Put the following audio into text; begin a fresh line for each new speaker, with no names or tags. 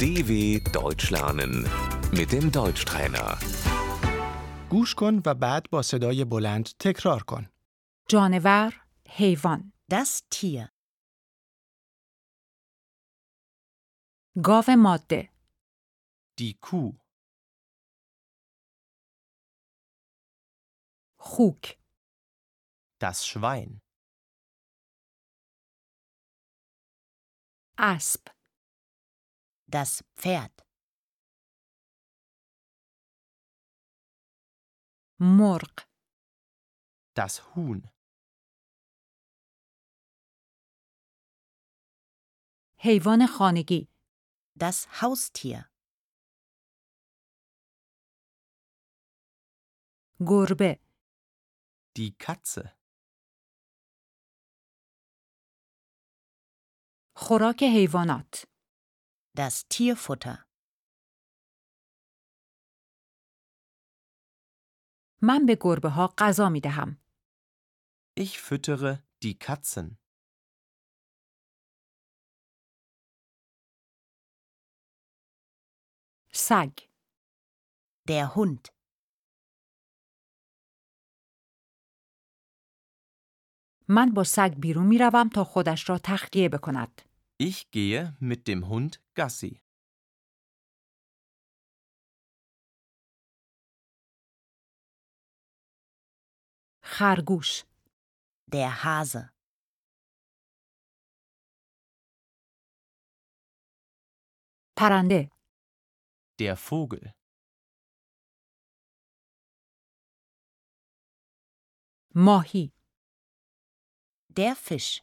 DW Deutsch lernen mit dem Deutschtrainer.
گوش کن و بعد با صدای بلند تکرار کن.
جانور حیوان
Das Tier.
گاو ماده
die Kuh,
خوک
das Schwein,
اسب
Das Pferd.
مرغ
das Huhn,
حیوان خانگی
Das Haustier.
گربه
die Katze,
خوراک حیوانات
Das Tierfutter.
من به گربه ها غذا می دهم
ich füttere die Katzen,
سگ
Der Hund.
من با سگ بیرون می روم تا خودش را تخلیه بکند
ich gehe mit dem Hund Gassi.
خرگوش
Der Hase.
پرنده
Der Vogel,
ماهی
Der Fisch.